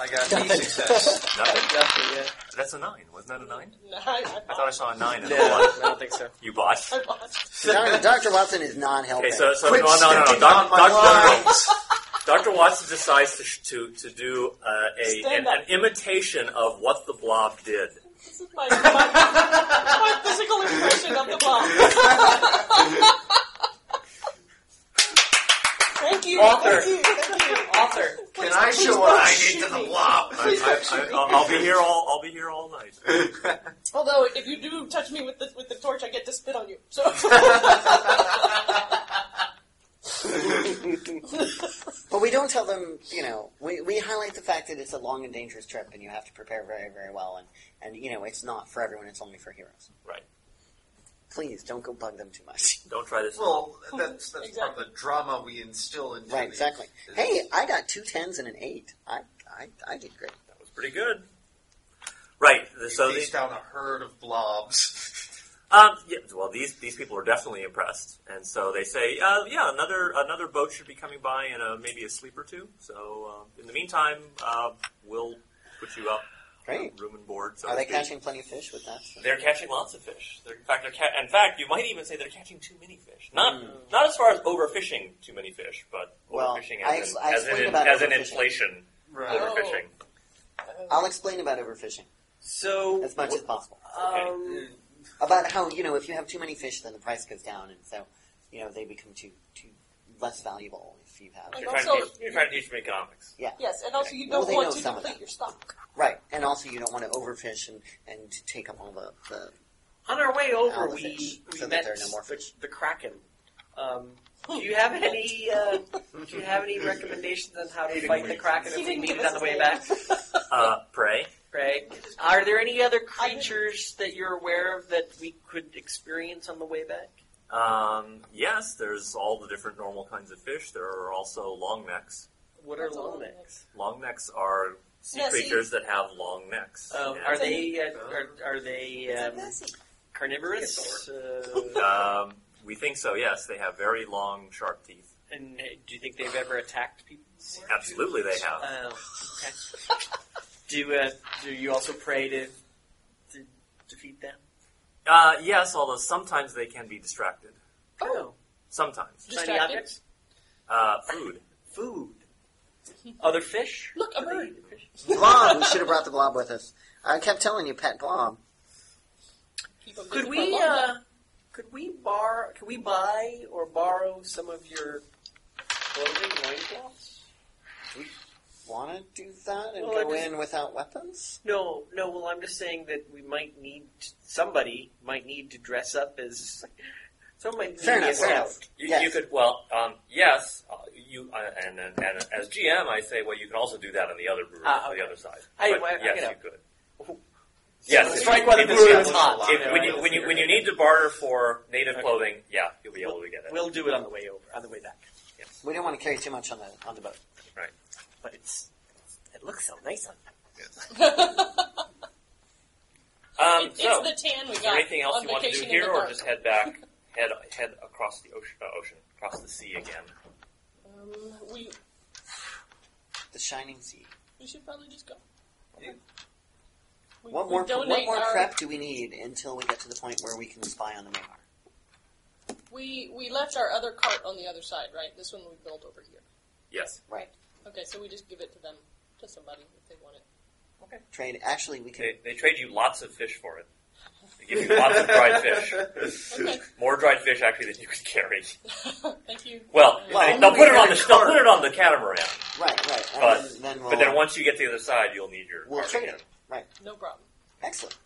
I got a success.
[LAUGHS]
Nothing.
Nothing, yeah.
That's a nine. Wasn't that a nine?
No, [LAUGHS] I,
I thought I saw a nine. And
No,
a one.
I don't think so.
You
[LAUGHS]
botched.
I lost.
Doctor- Dr. Watson is not helping.
Okay, so, so no,
Quit
no, no, no.
stepping on my
Doctor,
lines.
Dr. Watson decides to, sh- to, to do uh, a,
Stand
an,
up.
an imitation of what the blob did.
This is my, my, my physical impression of the blob. Thank you.
Author.
Thank you. Thank you.
[LAUGHS] Author.
Can
Please-
I
please
show
don't
what I
shoot
need to the
me.
blob?
Please don't shoot me.
I'll, I'll be here all I'll be here all night.
Although, if you do touch me with the with the torch, I get to spit on you. So
But we don't tell them, you know, we, we highlight the fact that it's a long and dangerous trip and you have to prepare very, very well. And, and, you know, it's not for everyone, it's only for heroes.
Right.
Please don't go bug them too much. [LAUGHS]
Don't try this.
[LAUGHS] Well, that's, that's part
Exactly.
of the drama we instill into
Right,
the-
exactly. Hey, I got two tens and an eight. I, I, I did great.
That was pretty good. Right.
You
So
chase
the,
down a herd of blobs.
[LAUGHS]
um, yeah, well, these these people are definitely impressed, and so they say, uh, yeah, another another boat should be coming by in a, maybe a sleep or two. So uh, in the meantime, uh, we'll put you up
Great.
room and board. So
Are
to
they
speak.
catching plenty of fish with that?
They're catching lots of fish. They're, in fact, they're ca- in fact, you might even say they're catching too many fish. Not not as far as overfishing too many fish, but
Well,
overfishing
I
as,
ex-
in,
I
as,
explained
in,
about
as in
overfishing.
inflation
Oh.
overfishing.
I'll explain about overfishing
So,
as much as possible.
um,
About how, you know, if you have too many fish, then the price goes down. And so, you know, they become too, too less valuable if you have.
And
You're, trying to
also-
teach, you're trying to teach me economics.
yes, and also you
Well,
don't
they know
want to
some of
deplete
that.
your stock.
Right, and also you don't want to overfish and, and take up all the, the
on our way over,
All the fish,
we, we
so that
met
there are no more
the, the Kraken. Um, do you have
[LAUGHS]
any? Uh, do you have any recommendations on how to fight the Kraken
He
if we
didn't
meet
give
it
us
on the
his
way
name. [LAUGHS]
back?
Uh, prey.
Right. Are there any other creatures that you're aware of that we could experience on the way back?
Um, yes, there's all the different normal kinds of fish. There are also long necks.
What are
That's all
long
I
necks?
Long necks are sea
Yeah, see- Oh,
creatures that have long necks.
Um,
And,
are they uh, are, are they um, carnivorous? [LAUGHS] Uh,
um, we think so. Yes, they have very long, sharp teeth.
and uh, do you think they've ever attacked people? before?
Absolutely, they have.
Oh, okay. [LAUGHS] do uh, do you also pray to, to defeat them?
Uh, yes, although sometimes they can be distracted.
Oh,
Sometimes.
shiny
Distracted?
objects,
Uh, food.
food, other [LAUGHS] fish.
Look, a
Do they
bird.
eat fish?
blob. we should have brought the blob with us. I kept telling you, pet blob.
Keep 'em
Could
busy
we
for a long
uh,
time.
could we bar could we buy or borrow some of your clothing loincloths?
Want to do that and
Well, I
go
just-
in without weapons?
No, no. Well, I'm just saying that we might need somebody might need to dress up as somebody. might
Fair
need
enough.
to
Fair
dress
enough.
up.
You,
Yes.
you could, well, um, yes, uh, you, uh, and, and, and as GM, I say, well, you can also do that on the other brewery,
Ah,
on
okay.
the other side.
I-
But
I- I
yes,
get
you could.
So
Yes, if-
strike while the
if-
brewery
if-
is hot.
if- when, you, when, you, when you need to barter for native
Okay.
clothing, yeah, you'll be able to get it.
We'll do it on the way over, on the way back.
We don't want to carry too much on the on the boat.
But it's it looks so nice on.
um,
It-
so,
it's the tan we
is there
got
anything else
on
you want to do
vacation in
here,
the
or
dark.
just head back head head across the ocean, uh, ocean across the sea again.
Um, we
The Shining Sea.
we should probably just go.
You-
We,
What
we
more, what
donate
more
our-
prep do we need until we get to the point where we can spy on the Mahar?
We we left our other cart on the other side, right? This one we built over here.
Yes.
Right.
Okay, so we just give it to them, to somebody if they want it.
Trade. Actually, we can.
They, they trade you lots of fish for it. They give you lots of dried fish.
[LAUGHS]
Okay,
More dried fish actually than you can
[LAUGHS]
carry.
thank you.
Well,
Uh,
Well,
they, they'll
we
put it
had
on
a
the they'll put it on the catamaran.
Right, right. And
But-
then, then we'll,
But then once you get to the other side, you'll need your.
we'll
cart
trade
again.
it. Right.
no problem.
Excellent.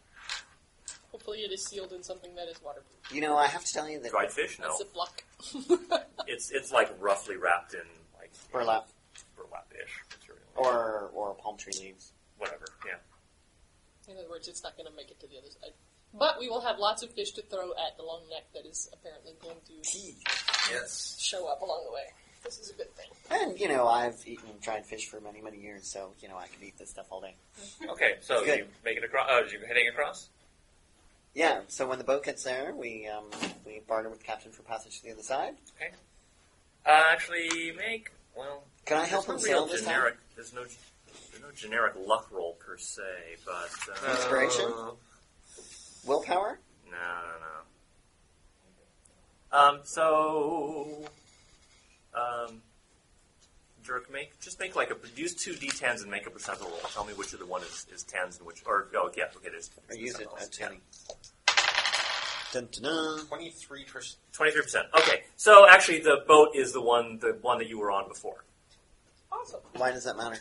Hopefully, it is sealed in something that is waterproof.
You know, I have to tell you that
Dried fish? No,
That's a block. [LAUGHS]
it's it's like roughly wrapped in like
burlap
burlap-ish material
Oh. or or palm tree leaves.
whatever. Yeah.
In other words, it's not going to make it to the other side. But we will have lots of fish to throw at the long neck that is apparently going to
Yes.
show up along the way. This is a good thing.
And you know, I've eaten dried fish for many many years, so you know I could eat this stuff all day.
Okay, so
Good.
you make it across. Uh, you heading across?
Yeah. So when the boat gets there, we um, we barter with the captain for passage to the other side.
Uh, actually, make well.
Can I
there's
help
no
him
real
sail this time?
generic, There's no there's no generic luck roll per se, but uh,
Inspiration? Willpower.
no, no, no. Um, so um, jerk, make just make like a use two d10s and make a percentile roll. Tell me which of the one is, is tens and which or oh yeah, okay, it is.
I use it. I'm
percentiles, yeah.
telling. Dun, dun, dun.
23 percent.
Twenty-three percent. Okay, so actually, the boat is the one, the one that you were on before.
Awesome.
Why does that matter?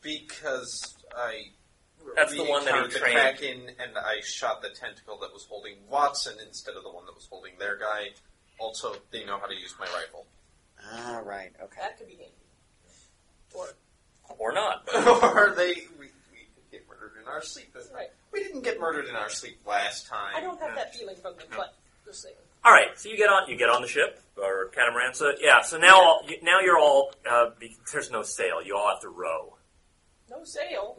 Because I.
That's
we
the one that he
encountered the
trained.
Kraken, and I shot the tentacle that was holding Watson instead of the one that was holding their guy. Also, they know how to use my
[LAUGHS]
rifle.
Ah, right. Okay.
That could be handy. Or
Or not.
or they. We, we could get murdered in our sleep this time.
right.
We didn't get murdered in our sleep last time.
I don't have that feeling from them,
No.
but just saying.
All right, so you get on, you get on the ship or catamaran. So yeah, so now all, you, now you're all uh, be, there's no sail. You all have to row.
No sail.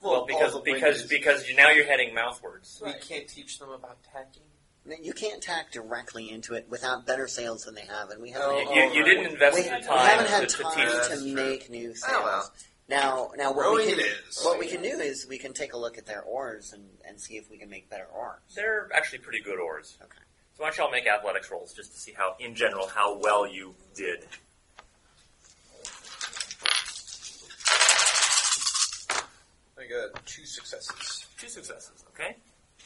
Well, because
all the
because
wind is-
because you, now you're heading mouthwards.
Right.
we can't teach them about tacking.
No, You can't tack directly into it without better sails than they have, and we haven't.
Oh,
You, you, you didn't invest
we,
the
had-
time
we haven't
to,
had
to
time
teach.
Yeah,
to
that's true.
make new sails.
Oh, well.
Now, now what
Rowing
we can
it is.
what we can do is we can take a look at their oars and, and see if we can make better oars.
They're actually pretty good oars.
Okay.
So why don't y'all make athletics rolls just to see how, in general, how well you did.
I got uh, two successes.
Two successes. Okay.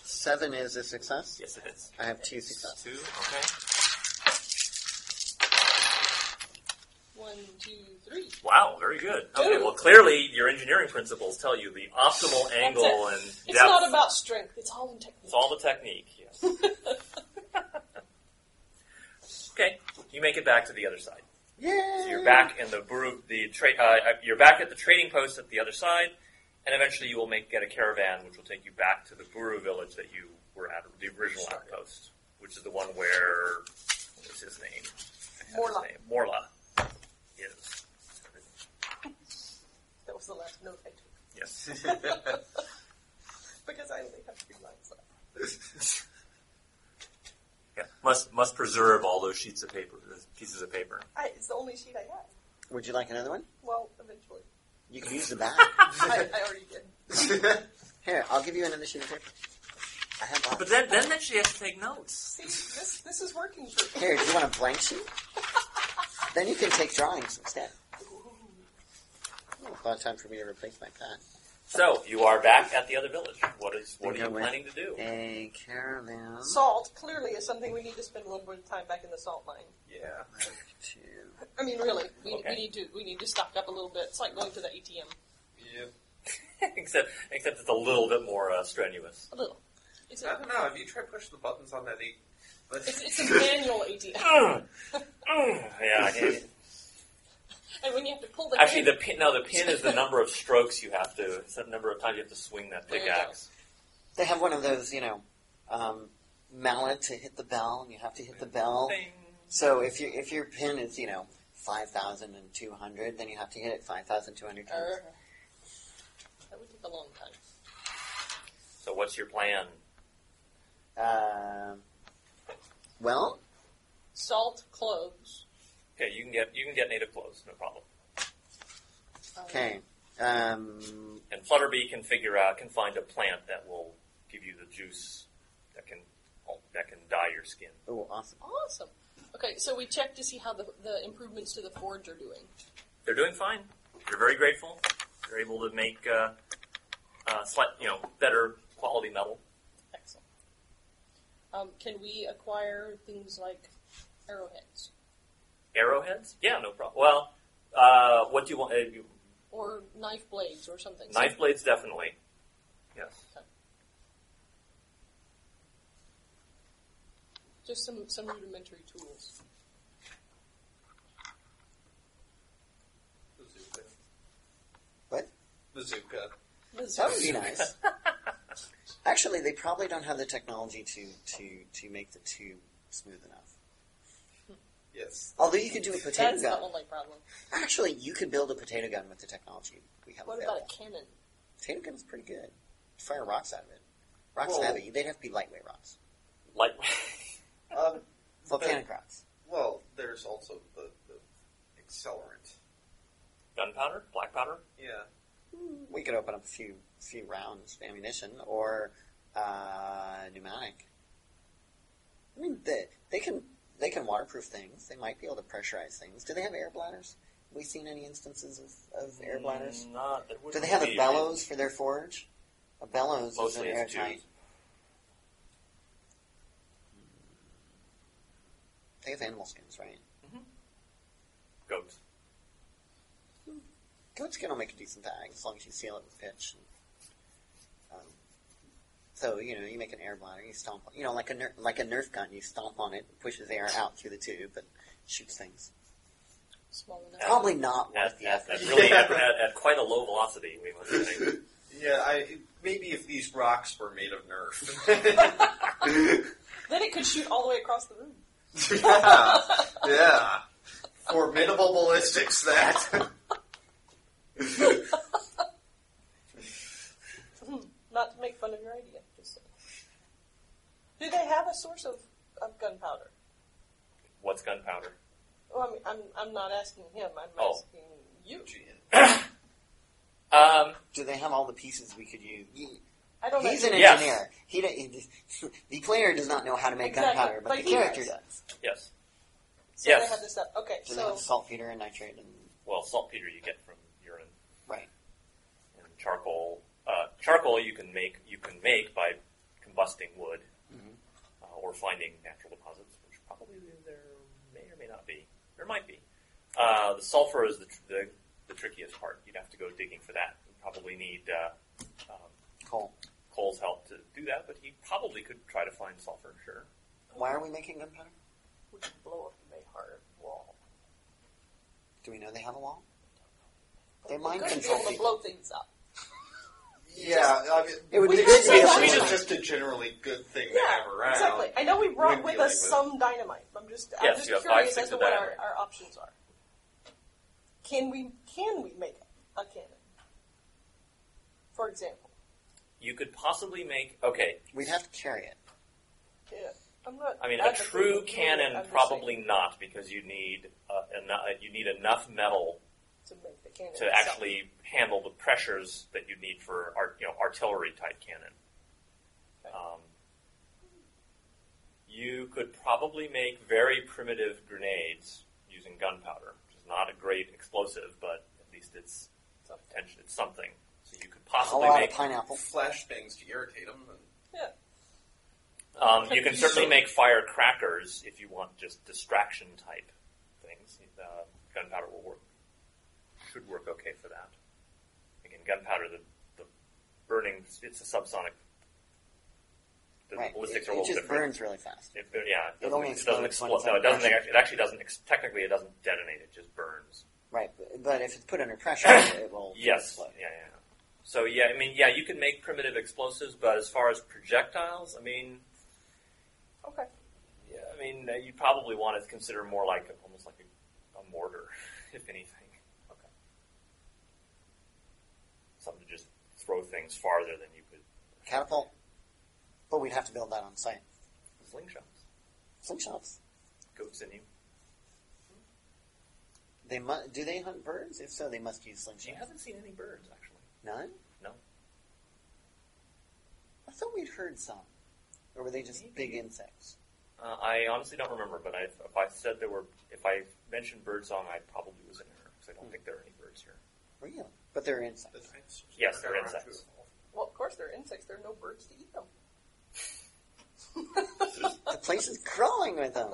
Seven is a success.
Yes, it is.
I have two successes.
Two. Okay.
One, two, three.
Wow, very good. Okay, well, clearly your engineering principles tell you the optimal angle and depth.
It's not about strength. It's all in technique.
It's all the technique.
[LAUGHS]
Yes. okay, you make it back to the other side. So
Yeah.
you're back in the buru, the tra- uh, you're back at the trading post at the other side, and eventually you will make get a caravan which will take you back to the Buru village that you were at the original outpost, which is the one where what's his name? I forgot
Morla.
his name. Morla is.
That was the last note I took
Yes.
because I only have three lines left.
Yeah. Must must preserve all those sheets of paper, those pieces of paper.
I, it's the only sheet I have.
Would you like another one?
Well,
[LAUGHS]
eventually,
You can use the [LAUGHS] back.
I, I already did.
Here, I'll give you another sheet of paper. I have lots.
But then then actually has to take notes.
See, this this is working for me.
Here, do you want a blank sheet? then you can take drawings instead. Oh, a lot of time for me to replace my pen.
So you are back at the other village. What is what are you
Okay, wait.
planning to do? [LAUGHS]
A caravan.
Salt clearly is something we need to spend a little bit of time back in the salt mine.
Yeah.
to
I mean, really, we,
Okay.
we need to we need to stock up a little bit. It's like going to the ATM.
Yeah.
except except it's a little bit more uh, strenuous.
A little. It's
I
a,
don't know. Have you tried pushing the buttons on that eight? [LAUGHS]
it's, it's a manual
[LAUGHS]
ATM,
Mm. Mm. yeah. it-
and when you have to pull the
[LAUGHS] Actually,
thing-
the pin. No, the pin is the number of strokes you have to. It's the number of times you have to swing that
There you
pickaxe.
They have one of those, you know, um, mallet to hit the bell, and you have to hit the bell.
Ding.
So if your if your pin is, you know, five thousand and two hundred, then you have to hit it five thousand two hundred times.
Uh, that would take a long time.
So what's your plan?
Er.
Uh, Um, well,
salt cloves.
Okay, you can get you can get native clothes, no problem.
Um,
Okay. Um,
And Flutterby can figure out can find a plant that will give you the juice that can that can dye your skin.
oh, awesome.
Awesome. Okay, so we check to see how the, the improvements to the forge are doing.
They're doing fine. They're very grateful. They're able to make uh, uh, slight you know better quality metal.
Excellent. Um, can we acquire things like arrowheads
Arrowheads? Yeah, no problem. Well, uh, what do you want? Uh, you-
or knife blades or something?
knife blades, definitely. Yes.
Just some, some rudimentary tools.
Bazooka.
What?
Bazooka.
That would be
[LAUGHS]
nice. Actually, they probably don't have the technology to, to, to make the tube smooth enough.
Yes.
Although you could do a potato
That's
gun.
the only problem.
Actually, you could build a potato gun with the technology we have
What
available.
about a cannon?
Potato gun's pretty good. Fire rocks out of it. Rocks
Whoa.
heavy. They'd have to be lightweight rocks.
Like
Um,
Volcanic rocks.
well, there's also the, the accelerant.
[LAUGHS] gunpowder, black powder.
Yeah.
We could open up a few few rounds of ammunition or uh, pneumatic. I mean, they, they can they can waterproof things. They might be able to pressurize things. Do they have air bladders? Have we seen any instances of, of air
Mm,
bladders?
Not, that
Do
wouldn't
they have
be-
a bellows for their forge? A bellows
Mostly
is an
it's
airtight.
tubes.
They have animal skins, right?
Goats.
Goat's gonna make a decent bag as long as you seal it with pitch. Um, so you know, you make an air bladder, you stomp, you know, like a ner- like a Nerf gun, you stomp on it, pushes air out through the tube, and shoots things.
Small enough.
Probably not worth
At,
the
at,
effort.
at,
[LAUGHS]
really at, at, at quite a low velocity, we must say.
Yeah, I, maybe if these rocks were made of
[LAUGHS]
Nerf.
Then it could shoot all the way across the room. [LAUGHS]
yeah, yeah. Formidable
[LAUGHS]
ballistics, that.
Not to make fun of your idea. Just saying. Do they have a source of, of gunpowder?
What's gunpowder?
Well, I'm, I'm, I'm not asking him. I'm
Oh.
asking you.
Um,
Do they have all the pieces we could use? Ye-
I don't
He's
know.
an
Yes.
engineer. He, do- he does- [LAUGHS] the player does not know how to make
Exactly,
gunpowder, but,
but
the
he
character
does.
does.
yes.
So
Yes.
they have this stuff. Okay,
Do they
so
have saltpeter and nitrate and
Well, saltpeter you get from urine
right?
and charcoal. Uh, charcoal you can make you can make by combusting wood
Mhm.
uh, or finding natural deposits, which probably there may or may not be. There might be. Uh, the sulfur is the, tr- the the trickiest part. You'd have to go digging for that. You probably need uh, um,
Coal.
Cole's help to do that, but he probably could try to find sulfur. Sure.
Why are we making gunpowder?
we can blow up the Mayhart wall.
Do we know they have a wall? They're
We're
mind
going to be
control
able to
people.
blow things up.
Yeah, I mean,
It would be
we-
good to be
we
able to-
just just a generally good thing to have around.
exactly. I know we brought
Wouldn't
with
be
us
like
some dynamite. I'm just,
Yes,
I'm just
you have five,
curious
six
as to
of
what our,
dynamite.
our options are. Can we can we make a cannon? For example,
You could possibly make okay.
We'd have to carry it.
yeah. I'm not.
I mean, a
advocating
true
doing it, I'm
cannon
just
probably not because you need uh, eno- you need enough metal
saying, to make the cannon
to
itself.
actually handle the pressures that you need for art, you know artillery type cannon. Um, you could probably make very primitive grenades using gunpowder, which is not a great explosive, but at least it's it's a potential- it's something. So you could
A
possibly
lot
make
of pineapple.
flashbangs to irritate them. And,
Yeah.
Um, you can certainly
So-
make firecrackers if you want just distraction type things. Uh, gunpowder will work. Should work okay for that. Again, gunpowder, the, the burning, it's a subsonic. The
Right. It,
ballistics are a
it
little
just
different.
burns really fast.
It, bur- yeah, it
It
doesn't,
only
it doesn't
explodes when it's
explode. No,
under
it doesn't.
pressure.
Actually, it actually doesn't. Ex- technically, it doesn't detonate. It just burns.
Right, but- but if it's put under
[COUGHS]
pressure, it will
Yes.
explode.
Yeah, yeah. So yeah, I mean, yeah, you can make primitive explosives, but as far as projectiles, I mean,
Okay.
Yeah, I mean, uh, you probably want to consider more like a, almost like a, a mortar, [LAUGHS] if anything. Okay. Something to just throw things farther than you could.
Catapult. But we'd have to build that on site.
Slingshots.
Slingshots.
goats in you.
They mu- do they hunt birds? If so, they must use
You
slingshots.
haven't seen any birds, actually.
None?
No.
I thought we'd heard some. Or were they just big insects?
Uh, I honestly don't remember, but I, if I said there were, if I mentioned birdsong, I probably was in error because I don't think there are any birds here.
Real. But they're insects.
The dinosaurs
Yes,
never
they're
got around to
insects.
evolve.
Well, of course, they're insects. There are no birds to eat them.
The place is crawling with
[LAUGHS]
them.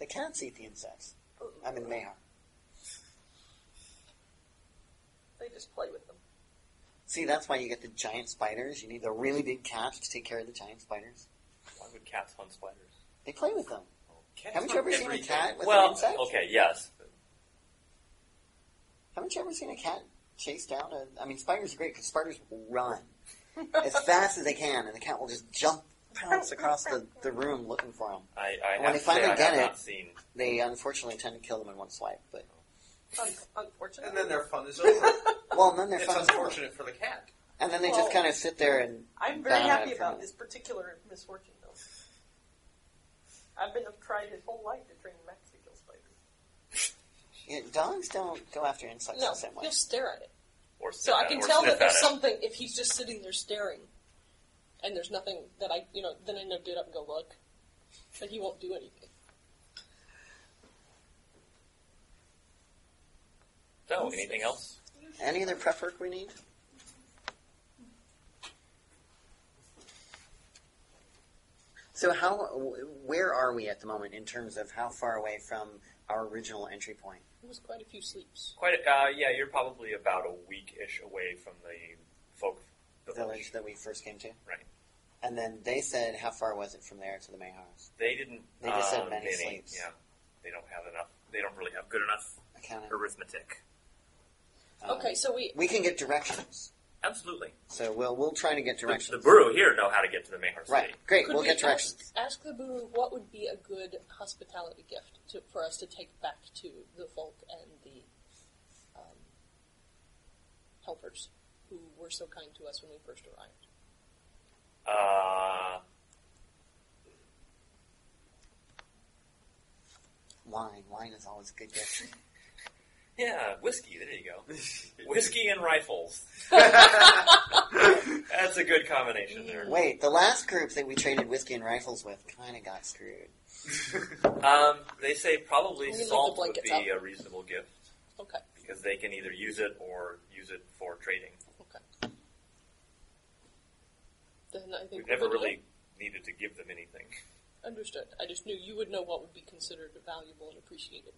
They can't eat the insects. I'm in Mayhar.
They just play with them.
See, that's why you get the giant spiders. You need the really big cats to take care of the giant spiders.
Why would cats hunt spiders?
They play with them.
Cats
Haven't you
hunt
ever seen a
everything.
cat with an
well,
insect?
okay, yes.
Haven't you ever seen a cat chase down a? I mean, spiders are great because spiders will run as fast as they can, and the cat will just jump, pounce across the, the room looking for them.
I, I
When
have
they
to say
finally
I
get
have
it-
not seen.
They unfortunately tend to kill them in one swipe, but
Un- unfortunately.
And then their fun is
[LAUGHS]
over.
well, and then they're
it's
fun.
unfortunate for
[LAUGHS]
the cat.
And then they
Well-
just kind of sit there and
I'm very
Bad
happy
for
about
me.
this particular misfortune, though. I've been I've tried his whole life to train Max to kill spiders.
yeah, dogs don't go after insects the same
No,
way.
he'll stare at it.
Or
So I can
or
tell that
sniff at
there's
it.
something if he's just sitting there staring, and there's nothing that I, you know, then I know get up and go look, but he won't do anything.
So, anything else?
Any other prep work we need? So how, wh- where are we at the moment in terms of how far away from our original entry point?
It was quite a few sleeps.
Quite. Uh, yeah, you're probably about a week-ish away from the folk
The village that we first came to?
Right.
And then they said, how far was it from there to the Mayhars?
They didn't.
They just said
um,
many
they-
sleeps.
Yeah, they don't have enough. They don't really have good enough
I counted.
arithmetic.
Um,
okay, so we
We can get directions.
Absolutely.
So we'll, we'll try to get
The, the
directions.
Buru here know how to get to the Mayhar City.
Right. Great.
could
we'll
we
get directions.
Ask, ask the Buru what would be a good hospitality gift to, for us to take back to the folk and the um, helpers who were so kind to us when we first arrived.
Uh,
Wine. Wine is always a good gift.
yeah, whiskey. There you [LAUGHS] go. whiskey and [LAUGHS] rifles. That's a good combination there.
Wait, the last group that we traded whiskey and rifles with kind of got screwed.
Um, they say probably
We leave the
salt would
blankets out.
be a reasonable gift
Okay,
because they can either use it or use it for trading.
okay. Then I think
We've never
we're good.
really needed to give them anything.
Understood. I just knew you would know what would be considered valuable and appreciated.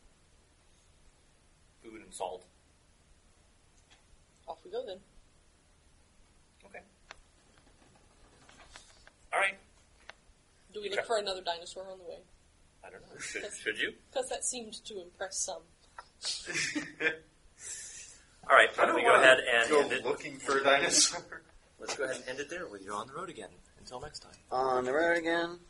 Food and salt.
Off we go then.
Okay. All right.
Do we look for another dinosaur on the way?
I don't know. Should, should you?
Because that seemed to impress some.
All right.
I
I'm going
don't
to go
wanna
ahead and
go
end it.
looking for a dinosaur.
Let's go ahead and end it there. We're on the road again. Until next time.
On the road again.